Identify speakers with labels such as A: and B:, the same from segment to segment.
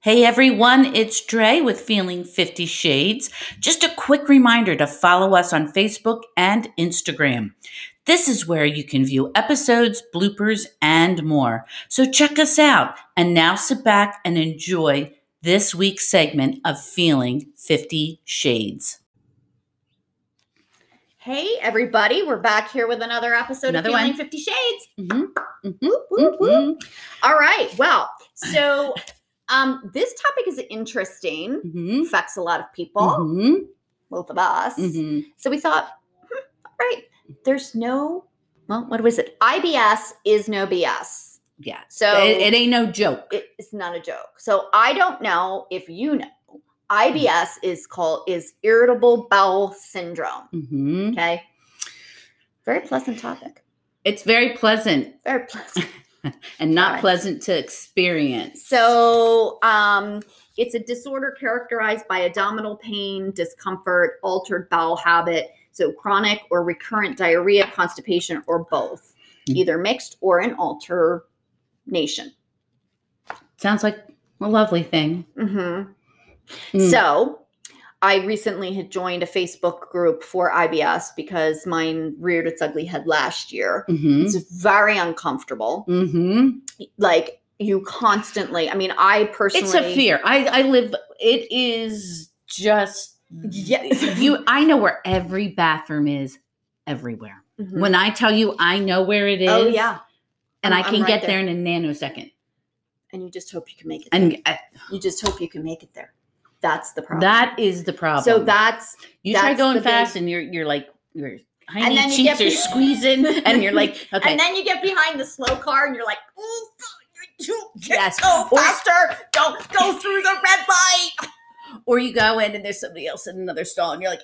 A: Hey everyone, it's Dre with Feeling 50 Shades. Just a quick reminder to follow us on Facebook and Instagram. This is where you can view episodes, bloopers, and more. So check us out. And now sit back and enjoy this week's segment of Feeling 50 Shades.
B: Hey, everybody. We're back here with another episode
A: Another
B: of Feeling
A: one.
B: 50 Shades.
A: Mhm, mhm,
B: Whoop, whoop, whoop.
A: mhm,
B: All right. Well, so um, this topic is interesting.
A: mhm,
B: Affects a lot of people,
A: mhm,
B: both of us.
A: mhm.
B: So we thought, hmm, all right, there's no, well, what was it? IBS is no BS.
A: Yeah.
B: So
A: It, it ain't no joke.
B: it- it's not a joke. So I don't know if you know. IBS is called is irritable bowel syndrome.
A: Mhm.
B: Okay. Very pleasant topic.
A: It's very pleasant
B: Very pleasant.
A: and not
B: Alright.
A: pleasant to experience.
B: So, um, it's a disorder characterized by abdominal pain, discomfort, altered bowel habit, so chronic or recurrent diarrhea, constipation, or both,
A: Mm.
B: either mixed or an alternation.
A: sounds like a lovely thing.
B: hmm
A: Mm.
B: So, I recently had joined a Facebook group for IBS because mine reared its ugly head last year.
A: Mhm.
B: It's very uncomfortable.
A: Mhm.
B: Like you constantly. I mean, I personally.
A: It's a fear. I, I live. It is just.
B: Yeah.
A: you. I know where every bathroom is, everywhere.
B: Mhm.
A: When I tell you, I know where it is.
B: Oh yeah.
A: and i
B: I'm- I'm
A: can
B: right
A: get there.
B: there.
A: in a nanosecond.
B: and you just hope you can make it.
A: And uh, I,
B: there. you just hope you can make it there. That's the problem.
A: that is the problem.
B: so that's
A: you try
B: that's the
A: going
B: big-
A: fast, and you're you're like your
B: And
A: Hiney
B: then you
A: cheeks
B: get
A: are
B: people-
A: squeezing, and you're like, okay,
B: and then you get behind the slow car and you're like, oh, you can't
A: Yes.
B: go
A: Or-
B: faster. Don't go through the red light.
A: or you go in and there's somebody else in another stall, and you're like,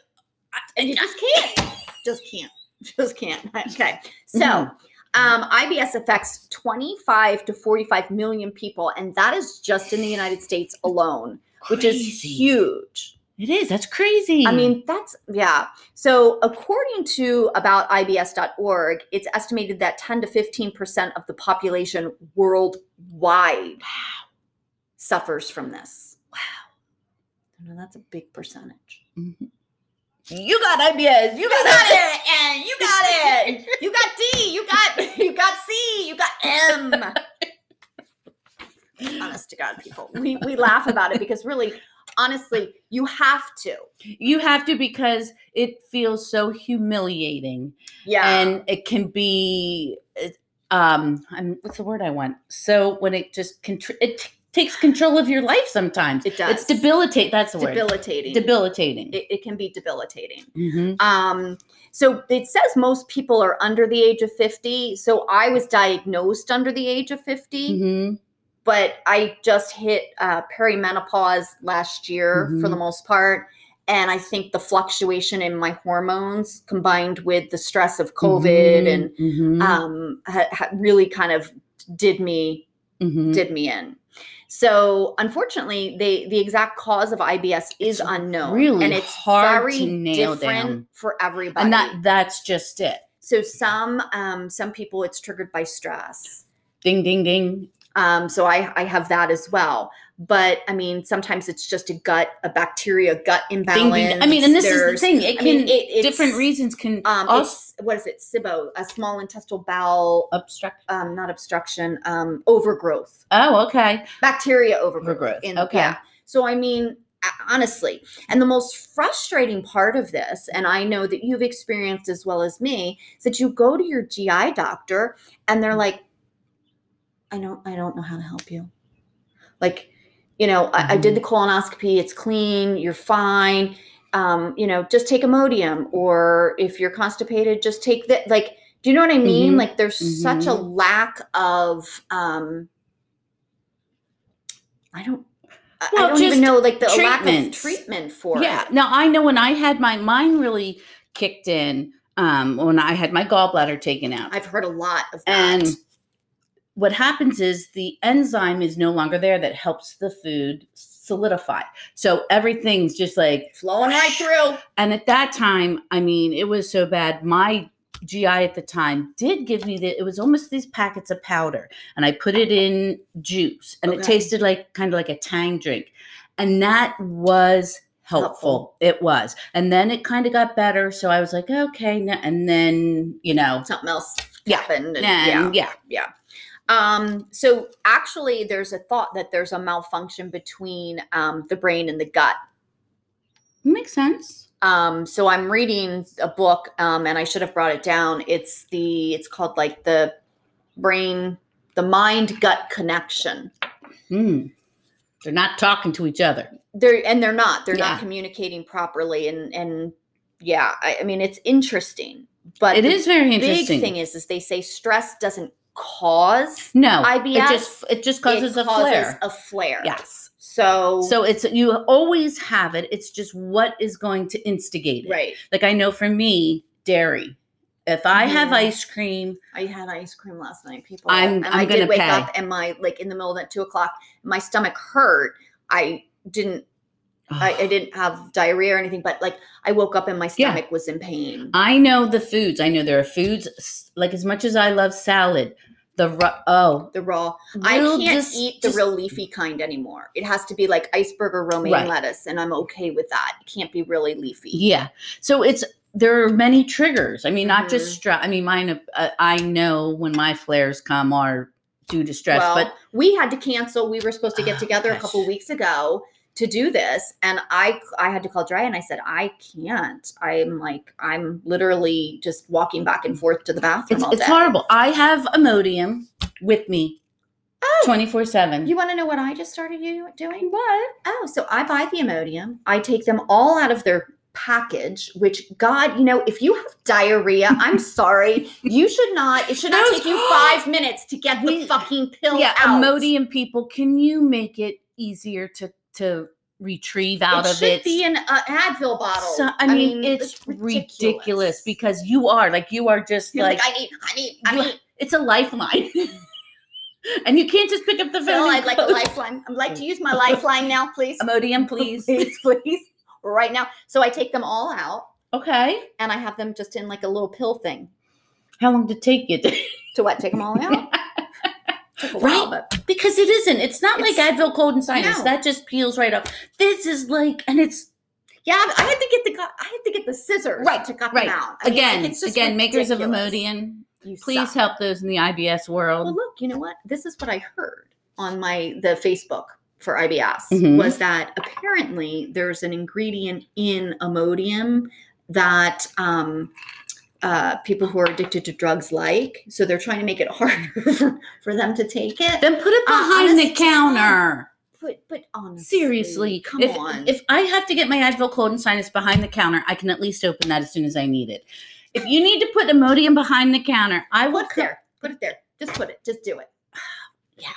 B: And you just can't. Just can't. Just can't. Okay. So
A: Mhm.
B: um, IBS affects 25 to 45 million people, and that is just in the United States alone, which is
A: Crazy.
B: huge.
A: it is that's crazy.
B: I mean, that's, yeah. So, according to about IBS.org, it's estimated that 10 to 15% of the population worldwide suffers from this. Wow. No, that's a big percentage.
A: Mhm. you got IBS, you got IBS.
B: it, and you got it. You got D, you got you got C, you got M. Honest to God, people. We we laugh about it because really, honestly, you have to.
A: You have to because it feels so humiliating,
B: Yeah.
A: and it can be, it- um, I'm, what's the word I want? So when it just contr- it t- takes control of your life sometimes.
B: It does.
A: It's debilitate. That's the word.
B: debilitating.
A: Debilitating.
B: it, it can be debilitating.
A: Mhm.
B: Um, so it says most people are under the age of 50. So I was diagnosed under the age of 50,
A: Mhm.
B: but I just hit uh, perimenopause last year
A: Mm-hmm.
B: for the most part. And I think the fluctuation in my hormones combined with the stress of COVID and
A: Mhm.
B: um, ha- ha- really kind of did me
A: Mhm.
B: did me in. So unfortunately, they the exact cause of IBS is unknown,
A: really
B: and it's
A: hard
B: very
A: to nail
B: different
A: down.
B: for everybody.
A: and that that's just it.
B: so some um, some people it's triggered by stress.
A: Ding ding ding.
B: Um, so I I have that as well. But I mean, sometimes it's just a gut, a bacteria gut
A: Ding
B: imbalance.
A: ding. ding. I mean, and this is the
B: There's-
A: thing. It
B: I
A: can
B: mean, it, it's,
A: different reasons can
B: Um,
A: also
B: it's, what is it? SIBO, a small intestinal bowel,
A: obstruct.
B: um, not obstruction, um, overgrowth.
A: Oh, okay.
B: bacteria overgrowth.
A: Overgrowth,
B: in-
A: okay.
B: So I mean, a- honestly, and the most frustrating part of this, and I know that you've experienced as well as me, is that you go to your GI doctor and they're like, "I don't, I don't know how to help you." Like, you know, I, I
A: Mm-hmm.
B: did the colonoscopy. It's clean. You're fine. Um, you know, just take Imodium, or if you're constipated, just take that. Like, do you know what I mean?
A: Mhm.
B: Like, there's such a
A: Mm-hmm.
B: lack of um, I don't. I-
A: Well,
B: I don't even
A: just
B: know like the lack of
A: treatments.
B: treatment for
A: Yeah.
B: it.
A: Now I know when I had my mine really kicked in um, when I had my gallbladder taken out.
B: I've heard a lot of that.
A: And what happens is the enzyme is no longer there that helps the food solidify. So everything's just like
B: flowing right through.
A: And at that time, I mean, it was so bad. My GI at the time did give me the it was almost these packets of powder and I put it in juice and it
B: Okay.
A: tasted like kind of like a tang drink. And that was helpful.
B: Helpful.
A: It was. And then it kind of got better so I was like okay no, and then you know
B: Something else
A: Yeah.
B: happened. and- yeah.
A: and yeah.
B: Um, so actually, there's a thought that there's a malfunction between um, the brain and the gut.
A: makes sense.
B: Um, so I'm reading a book, um, and I should have brought it down. It's the it's called like the brain, the mind gut connection.
A: Hmm. They're not talking to each other.
B: They're and they're not. They're
A: Yeah.
B: not communicating properly. And and yeah, I, I mean it's interesting, but
A: it
B: the
A: is very
B: big
A: interesting.
B: thing is is they say stress doesn't cause
A: no,
B: IBS.
A: it just it just causes
B: it
A: a flare.
B: A flare.
A: yes.
B: So
A: So it's you always have it. It's just what is going to instigate it.
B: right.
A: Like I know for me, dairy. If I have
B: Mhm.
A: ice cream,
B: I had ice cream last night, people.
A: I'm-
B: and
A: I'm
B: I
A: gonna
B: did wake
A: pay.
B: up and my like in the middle of that two o'clock, my stomach hurt. I didn't. I, I didn't have diarrhea or anything, but like I woke up and my
A: Yeah. Um,
B: stomach was in pain.
A: I know the foods. I know there are foods s- like as much as I love salad, the ru- oh,
B: the raw. I
A: real
B: can't
A: dis-
B: eat the
A: dis-
B: real leafy kind anymore. It has to be like iceberg or romaine
A: Right.
B: lettuce, and I'm okay with that. It can't be really leafy.
A: Yeah. So it's there are many triggers. I mean, not just
B: Mm-hmm.
A: stress. I mean, mine. Uh, I know when my flares come are due to stress,
B: well,
A: but
B: we had to cancel. We were supposed to
A: Oh,
B: get together a
A: gosh.
B: couple weeks ago to do this, and I I had to call Dry, and I said I can't. I'm like I'm literally just walking back and forth to the bathroom
A: it's
B: all
A: it's
B: day.
A: horrible. I have Imodium with me,
B: Oh.
A: twenty four seven.
B: You want to know what I just started you doing?
A: What?
B: Oh, so I buy the Imodium. I take them all out of their package. Which God, you know, if you have diarrhea, I'm sorry, you should not. It should not
A: Those-
B: take you five minutes to get
A: We-
B: the fucking pill
A: Yeah,
B: out.
A: Imodium people, can you make it easier to to retrieve out
B: it
A: of
B: should
A: it?
B: be an uh, Advil bottle.
A: So- I, mean, it's, ridiculous. because you are like you are just
B: You're
A: like,
B: like, I need, I need, I
A: you-
B: need.
A: it's a lifeline, and you can't just pick up the phone.
B: Phil,
A: and
B: I'd like a
A: go,
B: lifeline. I'd like to use my lifeline now, please.
A: Imodium, please.
B: please, please, right now. So I take them all out
A: okay.
B: and I have them just in like a little pill thing.
A: How long did it take you? to-
B: To what? Take them all out. Took a while, but
A: because it isn't. It's not like
B: It's-
A: Advil cold and sinus.
B: No.
A: That just peels right off. This is like, and it's
B: Yeah, I had to get the gu- I had to get the scissors
A: Right,
B: to cut
A: right.
B: them out. I mean, like,
A: again,
B: it's just
A: again, makers of
B: ridiculous.
A: Imodium.
B: You
A: Please
B: suck.
A: help those in the IBS world.
B: Well, look, you know what? This is what I heard on my the Facebook for IBS
A: Mhm.
B: was that apparently there's an ingredient in Imodium that um, uh, people who are addicted to drugs like, so they're trying to make it harder for, for them to take it.
A: Then put it
B: Uh,
A: behind the
B: honest to God.
A: counter.
B: But but honestly,
A: Seriously,
B: come
A: if,
B: on.
A: If I have to get my Advil cold and sinus behind the counter, I can at least open that as soon as I need it. If you need to put Imodium behind the counter, I will.
B: put it
A: co-
B: there. Put it there. Just put it. Just do it.
A: Yeah.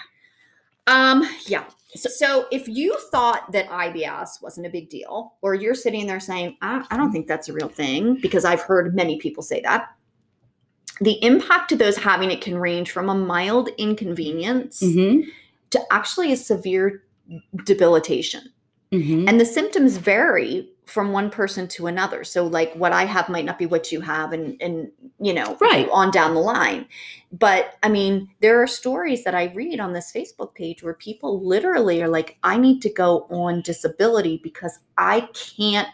B: Um, yeah.
A: So-
B: So, if you thought that IBS wasn't a big deal, or you're sitting there saying, I, I don't think that's a real thing, because I've heard many people say that, the impact to those having it can range from a mild inconvenience
A: Mhm,
B: to actually a severe debilitation.
A: mhm.
B: And the symptoms vary from one person to another. So like what I have might not be what you have and and you know
A: Right.
B: on down the line. But I mean, there are stories that I read on this Facebook page where people literally are like I need to go on disability because I can't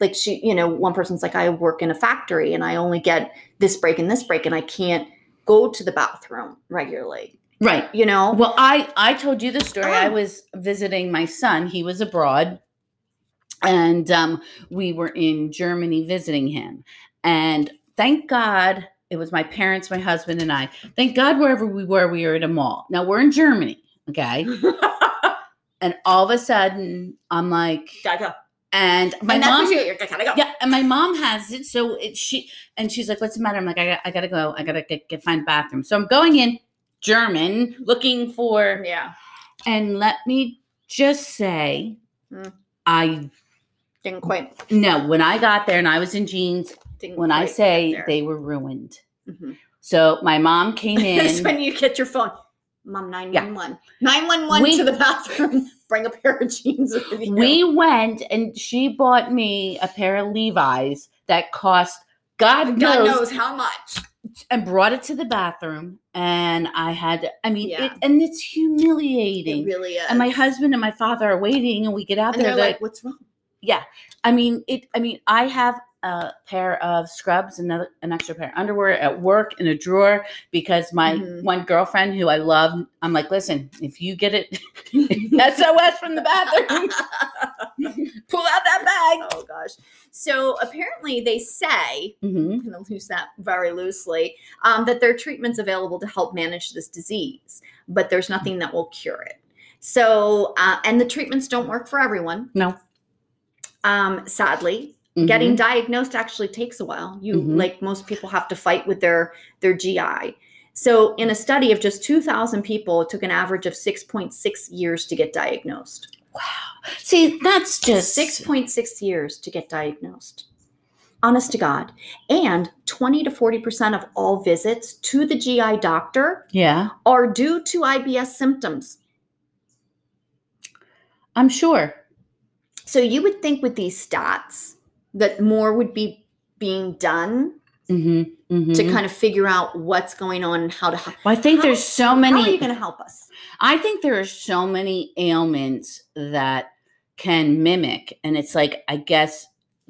B: like she you know one person's like I work in a factory and I only get this break and this break and I can't go to the bathroom regularly.
A: Right.
B: You know?
A: Well, I I told you the story. I
B: Oh.
A: was visiting my son. He was abroad, and um, we were in Germany visiting him. And thank God it was my parents, my husband, and I. Thank God wherever we were, we were at a mall. Now we're in Germany. Okay. And all of a sudden, I'm like,
B: gotta go.
A: and my
B: and that's
A: mom,
B: what you, you gotta go.
A: yeah, and my mom has it. So it, she and she's like, "What's the matter?" I'm like, "I got, I gotta go. I gotta get, get find bathroom." So I'm going in German looking for,
B: Yeah.
A: and let me just say,
B: Mm.
A: I
B: Didn't quite
A: no. When I got there and I was in jeans,
B: didn't
A: when I
B: quite get
A: say
B: Mm, there.
A: they were ruined,
B: Mhm.
A: so my mom came
B: It's
A: in.
B: when you get your phone. Mom, 911. 911
A: We-
B: to the bathroom. Bring a pair of jeans with you.
A: We went and she bought me a pair of Levi's that cost God
B: God
A: knows,
B: knows how much.
A: and brought it to the bathroom. And I had, to- I mean,
B: Yeah.
A: it, and it's humiliating.
B: It really is.
A: and my husband and my father are waiting, and we get out
B: and
A: there.
B: they're
A: like,
B: like, "What's wrong?"
A: I mean, it. I mean, I have a pair of scrubs, another an extra pair of underwear at work in a drawer because my
B: Mhm.
A: one girlfriend who I love, I'm like, listen, if you get it, SOS from the bathroom, pull out that
B: oh gosh. So apparently, they say
A: bag. hmm
B: I'm going to use that very loosely, um, that there are treatments available to help manage this disease, but there's nothing that will cure it. So, uh, and the treatments don't work for everyone.
A: No. Mm-hmm.
B: Um, sadly, getting diagnosed actually takes a while. You
A: Mhm.
B: like most people have to fight with their their GI. So, in a study of just 2,000 people, it took an average of 6.6 years to get diagnosed.
A: wow. mm-hmm. See, that's just
B: 6.6 years to get diagnosed. Honest to God. And 20 to 40% of all visits to the GI doctor
A: Yeah,
B: are due to IBS symptoms.
A: I'm sure.
B: So, you would think with these stats that more would be being done
A: hmm hmm
B: to kind of figure out what's going on and how to help.
A: well, I think
B: how-
A: there's so
B: How are
A: many.
B: you going to help us?
A: I think there are so many ailments that can mimic, and it's like I guess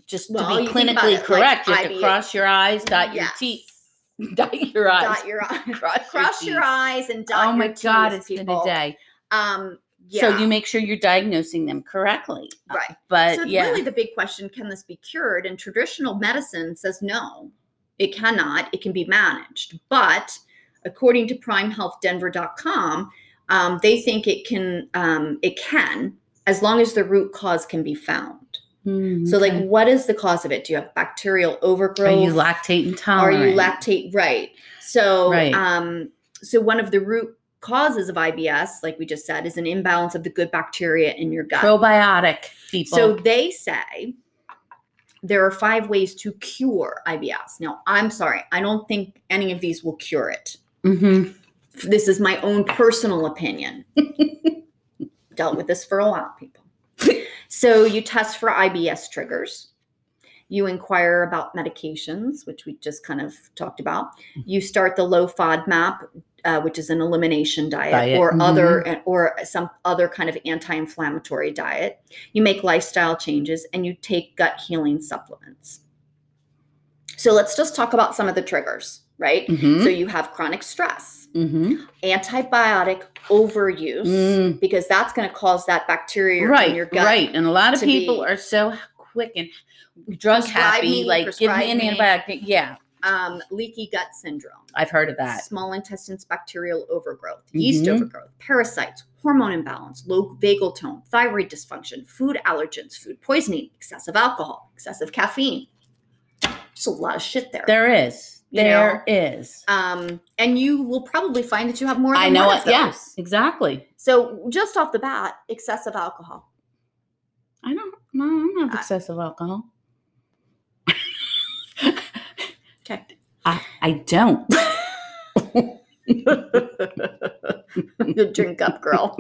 A: just
B: Well,
A: to be
B: you think about
A: clinically
B: it, like
A: correct, you have to
B: IBS.
A: cross your eyes, dot your
B: Yes.
A: teeth, dot your eyes,
B: Dot your eyes.
A: cross,
B: Cross your
A: teeth.
B: eyes and dot
A: Oh my
B: your
A: God,
B: T's,
A: it's
B: people.
A: been a day.
B: Um, yeah.
A: So you make sure you're diagnosing them correctly,
B: right.
A: but
B: so
A: Uh, yeah,
B: really the big question, can this be cured? And traditional medicine says no, it cannot. It can be managed. But according to primehealthdenver.com, um, they think it can um, it can as long as the root cause can be found.
A: Mm,
B: So like
A: okay.
B: what is the cause of it? Do you have bacterial overgrowth?
A: are you lactate
B: are
A: intolerant?
B: you lactate right so
A: Right.
B: um so one of the root causes of IBS like we just said is an imbalance of the good bacteria in your gut
A: probiotic people?
B: so they say there are five ways to cure IBS now I'm sorry I don't think any of these will cure it
A: Mhm.
B: this is my own personal opinion dealt with this for a while people so you test for IBS triggers you inquire about medications, which we just kind of talked about. You start the low FODMAP, uh, which is an elimination diet,
A: Diet,
B: or other or some other kind of anti-inflammatory diet. You make lifestyle changes and you take gut healing supplements. So let's just talk about some of the triggers, right?
A: Mhm.
B: So you have chronic stress,
A: Mhm.
B: antibiotic overuse,
A: Mm.
B: because that's going to cause that bacteria
A: right,
B: in your gut
A: right, and a lot of
B: to
A: people
B: be-
A: are so quick and drug
B: Prescribe
A: happy,
B: me,
A: like give me
B: prescribe
A: an
B: me.
A: antibiotic. Yeah,
B: um, leaky gut syndrome.
A: I've heard of that.
B: small intestines bacterial overgrowth, yeast
A: Mhm.
B: overgrowth, parasites, hormone imbalance, low vagal tone, thyroid dysfunction, food allergens, food poisoning, excessive alcohol, excessive caffeine. There's a lot of shit there.
A: There is.
B: You
A: There is.
B: um, and you will probably find that you have more. Than
A: I know
B: one
A: it.
B: Of those.
A: Yes, exactly.
B: So just off the bat, excessive alcohol.
A: I don't. No, I don't have
B: I-
A: excessive alcohol.
B: Okay.
A: I, I don't.
B: Good drink up, girl.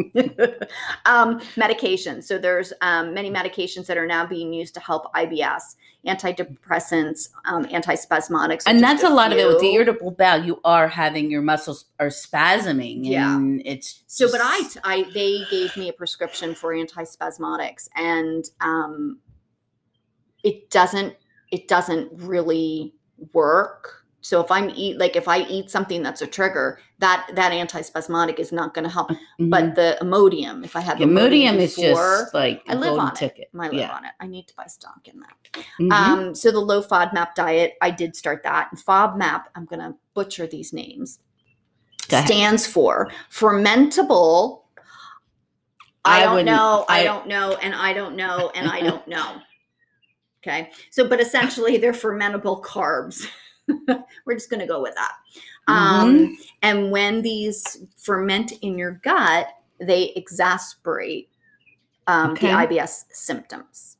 B: um, medications. So there's um, many medications that are now being used to help IBS, antidepressants, um, antispasmodics. are
A: and
B: just
A: that's a lot of it with the
B: few.
A: irritable bowel. You are having your muscles are spasming.
B: Yeah.
A: And it's
B: So, but I,
A: just-
B: I, they gave me a prescription for antispasmodics, and um, it doesn't, it doesn't really work. So if I'm eat, like if I eat something that's a trigger, that that antispasmodic is not going to help.
A: Mhm.
B: But the Imodium, if I had the
A: Imodium is
B: before,
A: just like
B: I
A: the
B: live
A: golden
B: on it.
A: ticket.
B: I live
A: yeah.
B: on it. I need to buy stock in that.
A: Mhm.
B: Um, so the low FODMAP diet, I did start that. And FODMAP, I'm going to butcher these names,
A: Go ahead.
B: stands for fermentable. I,
A: I
B: don't
A: wouldn't-
B: know. I,
A: I-
B: don't know. And I don't know. And I don't know. Okay. So, but essentially, they're fermentable carbs. We're just going to go with that.
A: Mm-hmm.
B: Um, and when these ferment in your gut, they exasperate um,
A: Okay.
B: the IBS symptoms.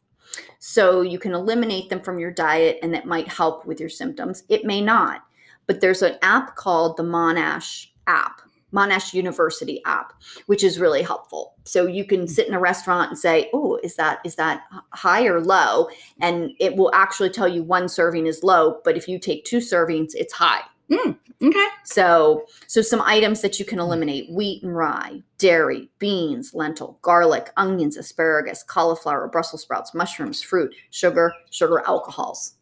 B: So you can eliminate them from your diet, and that might help with your symptoms. It may not, but there's an app called the Monash app, Monash University app, which is really helpful. So you can sit in a restaurant and say, "Oh, is that is that high or low?" and it will actually tell you one serving is low, but if you take two servings, it's high.
A: Mm, okay.
B: So, so some items that you can eliminate: wheat and rye, dairy, beans, lentil, garlic, onions, asparagus, cauliflower, Brussels sprouts, mushrooms, fruit, sugar, sugar alcohols.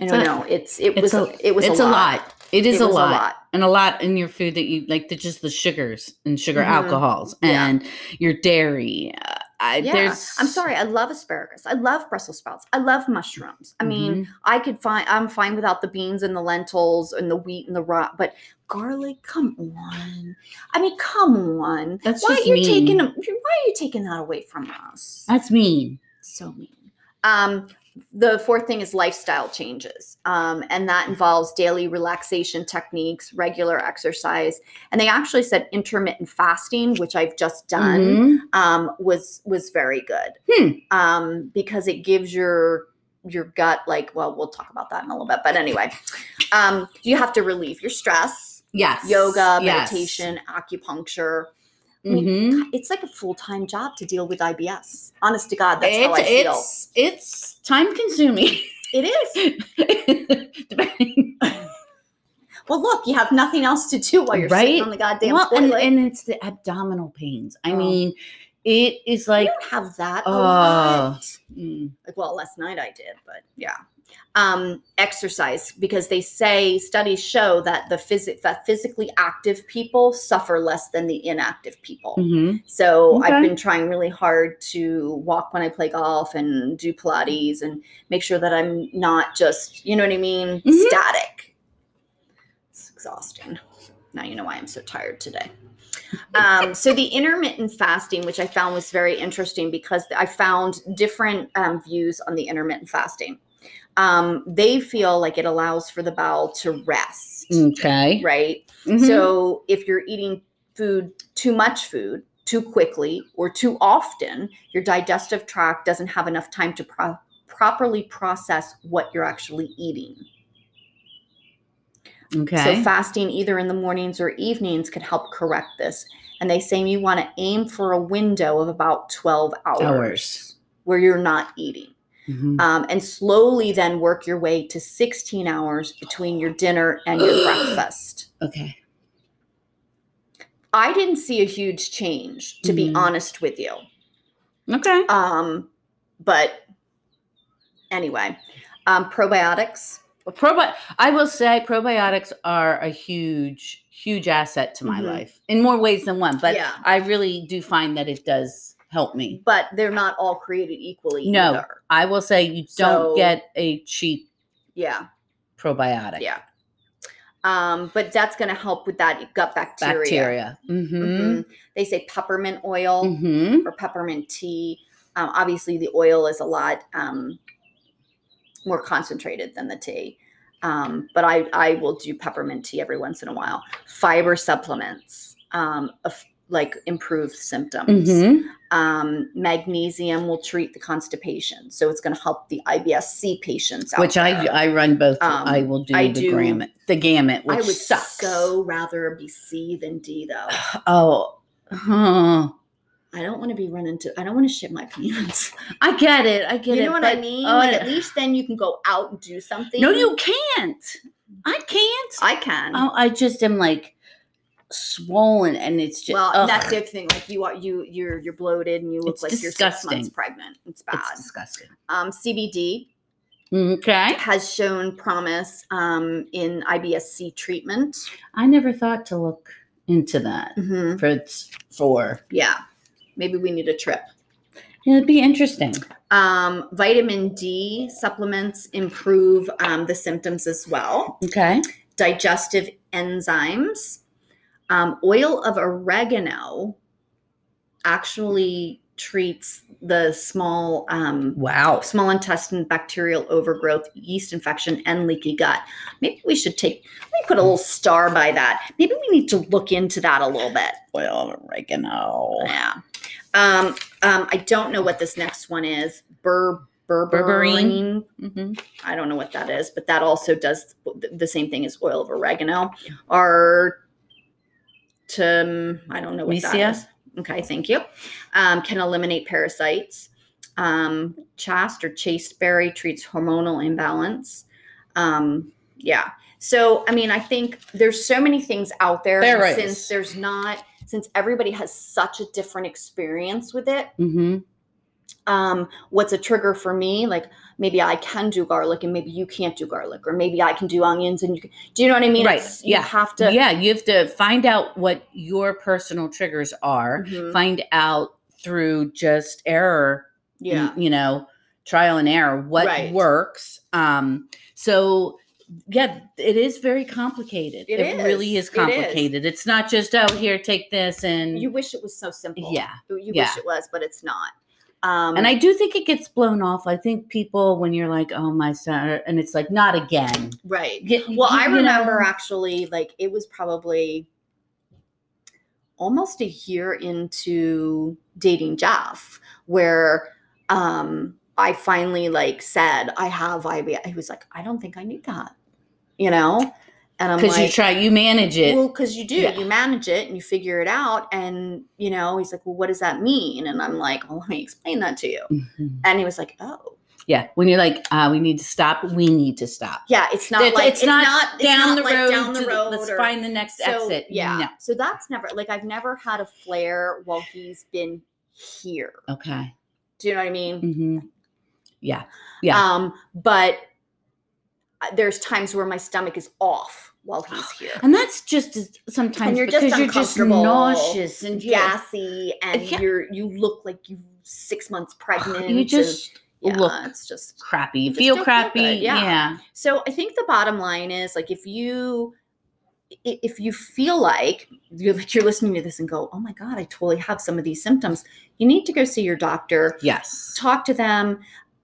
B: I
A: It's
B: don't
A: a-
B: know. It's it
A: it's
B: was
A: a-
B: a, it was
A: it's
B: a lot.
A: It is
B: It
A: a,
B: was a
A: lot.
B: lot.
A: And a lot in your food that you like, the, just the sugars and sugar
B: Mhm.
A: alcohols
B: Yeah.
A: and your dairy. Uh, I,
B: Yeah,
A: there's,
B: I'm sorry. I love asparagus. I love Brussels sprouts. I love mushrooms. I mean,
A: Mhm.
B: I could find. I'm fine without the beans and the lentils and the wheat and the rot. But garlic, come on. I mean, come on.
A: that's
B: why
A: just
B: are you
A: mean.
B: taking? Why are you taking that away from us?
A: That's mean.
B: so mean. Um, the fourth thing is lifestyle changes, um, and that involves daily relaxation techniques, regular exercise, and they actually said intermittent fasting, which I've just done
A: Mhm.
B: um, was was very good
A: Hmm.
B: um, because it gives your your gut like well we'll talk about that in a little bit but anyway um, you have to relieve your stress
A: Yes.
B: yoga
A: Yes.
B: meditation Mm-hmm. acupuncture
A: Mhm.
B: it's like a full-time job to deal with ibs honest to god that's how
A: It's,
B: i feel
A: it's, it's time consuming.
B: it is
A: Depending-
B: well look you have nothing else to do while you're sitting
A: Right?
B: on the goddamn
A: well, and,
B: toilet
A: and it's the abdominal pains. I
B: Oh.
A: mean, it is
B: you
A: like,
B: don't have that a
A: Oh.
B: lot.
A: mm,
B: like well last night i did but yeah um exercise because they say studies show that the phys- that physically active people suffer less than the inactive people
A: mhm.
B: so i've
A: Okay.
B: been trying really hard to walk when i play golf and do pilates and make sure that i'm not just you know what i mean
A: Mhm.
B: static it's exhausting now you know why i'm so tired today um, so the intermittent fasting, which I found was very interesting because I found different um, views on the intermittent fasting. Um, they feel like it allows for the bowel to rest,
A: Mm. Mm-hmm. okay.
B: right?
A: Mhm.
B: So if you're eating food, too much food, too quickly, or too often, your digestive tract doesn't have enough time to pro- properly process what you're actually eating.
A: okay.
B: So fasting either in the mornings or evenings could help correct this. And they say you want to aim for a window of about 12 hours,
A: Hours.
B: where you're not eating.
A: Mhm.
B: Um, and slowly then work your way to 16 hours between your dinner and your breakfast.
A: Okay.
B: I didn't see a huge change, to be
A: Mhm.
B: honest with you.
A: Okay.
B: Um, but anyway, um, probiotics.
A: Probi- I will say probiotics are a huge, huge asset to my
B: Mhm.
A: life in more ways than one. But
B: Yeah.
A: I really do find that it does help me.
B: But they're not all created equally.
A: No.
B: Either.
A: I will say you don't
B: So-
A: get a cheap
B: Yeah.
A: probiotic.
B: Yeah. Um, but that's going to help with that gut bacteria.
A: Bacteria. Mm-hmm.
B: Mhm. They say peppermint oil
A: Mm-hmm.
B: or peppermint tea. Um, obviously, the oil is a lot um, more concentrated than the tea. Um, but I, I will do peppermint tea every once in a while. Fiber supplements, um, of, like improved symptoms.
A: Mm-hmm.
B: Um, magnesium will treat the constipation. So it's going to help the IBS-C patients. Out
A: Which I
B: there.
A: I run both.
B: Um,
A: I will do
B: I
A: the
B: do-
A: gamut. The gamut, which
B: I would
A: sucks.
B: so rather be C than D though.
A: oh. huh.
B: I don't want to be running to. I don't want to shit my pants.
A: I get it. I get
B: You
A: it.
B: know what I
A: but-
B: mean?
A: oh,
B: like
A: I-
B: at least then you can go out and do something.
A: No, you can't. I can't.
B: I can.
A: Oh, I just am like swollen, and it's just
B: well,
A: ugh,
B: and that's the other thing. Like you are, you you're you're bloated and you look
A: It's
B: like you're six months
A: disgusting.
B: pregnant. It's bad.
A: it's disgusting.
B: um, CBD
A: Okay,
B: has shown promise um, in IBS-C treatment.
A: I never thought to look into that
B: Mhm.
A: for it's for.
B: Yeah, maybe we need a trip.
A: It'd be interesting.
B: Um, vitamin D supplements improve um, the symptoms as well.
A: Okay,
B: digestive enzymes. Um, oil of oregano actually treats the small um,
A: wow.
B: small intestine bacterial overgrowth, yeast infection, and leaky gut. Maybe we should take let me put a little star by that. Maybe we need to look into that a little bit.
A: Well, oregano.
B: Yeah. Um, um, I don't know what this next one is. Bur berberine.
A: hmm
B: I don't know what that is, but that also does th- the same thing as oil of oregano. Or to I don't know what
A: Macia?
B: that is. Okay, thank you. Um, can eliminate parasites. Um, chast or chasteberry treats hormonal imbalance. Um, yeah. So I mean, I think there's so many things out there,
A: There is.
B: and since there's not since everybody has such a different experience with it
A: hmm
B: um, what's a trigger for me? Like maybe I can do garlic and maybe you can't do garlic, or maybe I can do onions and you can. Do you know what I mean?
A: Right,
B: It's- you
A: yeah,
B: have to.
A: yeah, you have to find out what your personal triggers are.
B: Mhm.
A: Find out through just error
B: Yeah.
A: you know trial and error what
B: Right.
A: works um so yeah it is very complicated
B: It
A: really
B: is.
A: is
B: It is.
A: complicated it's not just oh here take this and
B: You wish it was so simple.
A: mm. yeah
B: You you
A: yeah.
B: wish it was, but it's not. Um,
A: and i do think it gets blown off i think people when you're like oh my son and it's like not again
B: right.
A: Y-
B: Well,
A: y-
B: I
A: you um, know,
B: remember actually, like it was probably almost a year into dating Jeff, where um, I finally like said I have IBS. He was like, I don't think I need that, you know. And I'm
A: because
B: um, like,
A: you try you manage it
B: well, because you do,
A: Yeah.
B: you manage it and you figure it out. And you know, he's like, well, what does that mean? And I'm like, well, let me explain that to you.
A: Mhm.
B: And he was like, oh,
A: yeah when you're like uh, we need to stop we need to stop
B: yeah, it's not like it's, not, it's
A: down,
B: not
A: the
B: like
A: road
B: down the
A: to
B: road.
A: let's
B: or-
A: find the next exit
B: Yeah. So that's never like I've never had a flare while he's been here.
A: No. okay
B: Do you know what I mean?
A: hmm yeah Yeah.
B: Um, but uh, there's times where my stomach is off while he's here.
A: And that's just as- sometimes
B: you're just
A: because you're just
B: uncomfortable.
A: nauseous and you're-
B: gassy and
A: Yeah.
B: you're you look like you six months pregnant.
A: You
B: and-
A: just
B: yeah,
A: look-
B: it's just
A: crappy. You
B: Just
A: feel
B: don't feel
A: crappy.
B: good,
A: yeah.
B: yeah. so I think the bottom line is like if you i- if you feel like you're like you're listening to this and go, oh my God, I totally have some of these symptoms, you need to go see your doctor.
A: Yes.
B: talk to them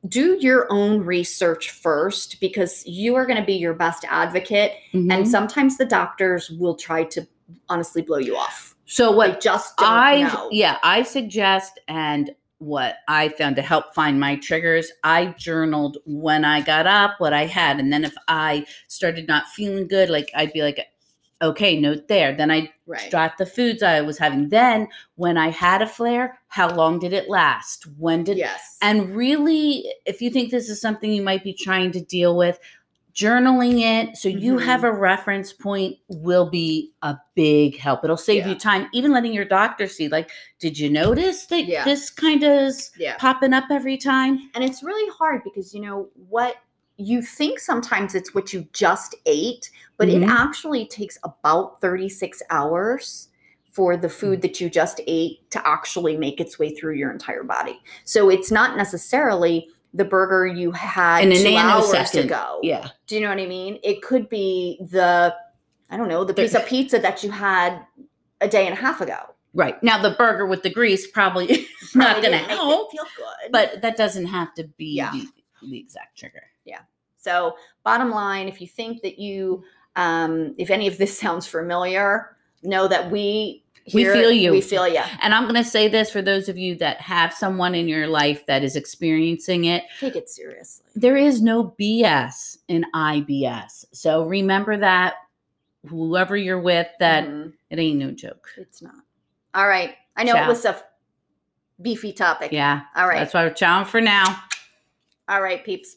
B: do your own research first because you are going to be your best advocate and
A: Mhm.
B: sometimes the doctors will try to honestly blow you off
A: so
B: like
A: what
B: just don't
A: I
B: know.
A: yeah, I suggest and what I found to help find my triggers, I journaled when I got up, what I had, and then if I started not feeling good, like I'd be like okay, note there. Then I
B: right
A: jot the foods I was having. Then when I had a flare, how long did it last? When did
B: yes
A: And really, if you think this is something you might be trying to deal with, journaling it so you
B: Mhm.
A: have a reference point will be a big help. It'll save you
B: Yeah.
A: time, even letting your doctor see, like, did you notice that
B: Yeah.
A: this kind of is
B: yeah
A: popping up every time?
B: and it's really hard because you know what you think sometimes it's what you just ate but
A: Mhm.
B: it actually takes about 36 hours for the
A: Mm.
B: food that you just ate to actually make its way through your entire body so it's not necessarily the burger you had
A: In a
B: two hours
A: nanosecond,
B: ago
A: Yeah.
B: do you know what i mean it could be the i don't know the
A: The-
B: piece of pizza that you had a day and a half ago
A: Right. Now, the burger with the grease probably is not
B: Probably
A: going to
B: didn't make it
A: help,
B: feel good
A: but that doesn't have to be
B: Yeah.
A: the, the exact trigger.
B: So, bottom line, if you think that you, um, if any of this sounds familiar, know that we
A: We
B: here-
A: feel you.
B: We feel you.
A: And I'm going to say this for those of you that have someone in your life that is experiencing it.
B: Take it seriously.
A: there is no BS in IBS. So remember that whoever you're with, that
B: Mhm.
A: it ain't no joke.
B: it's not. All right. I know
A: Mm-hmm. Ciao.
B: it was a beefy topic.
A: Yeah.
B: All right.
A: That's why we're chowing for now.
B: All right, peeps.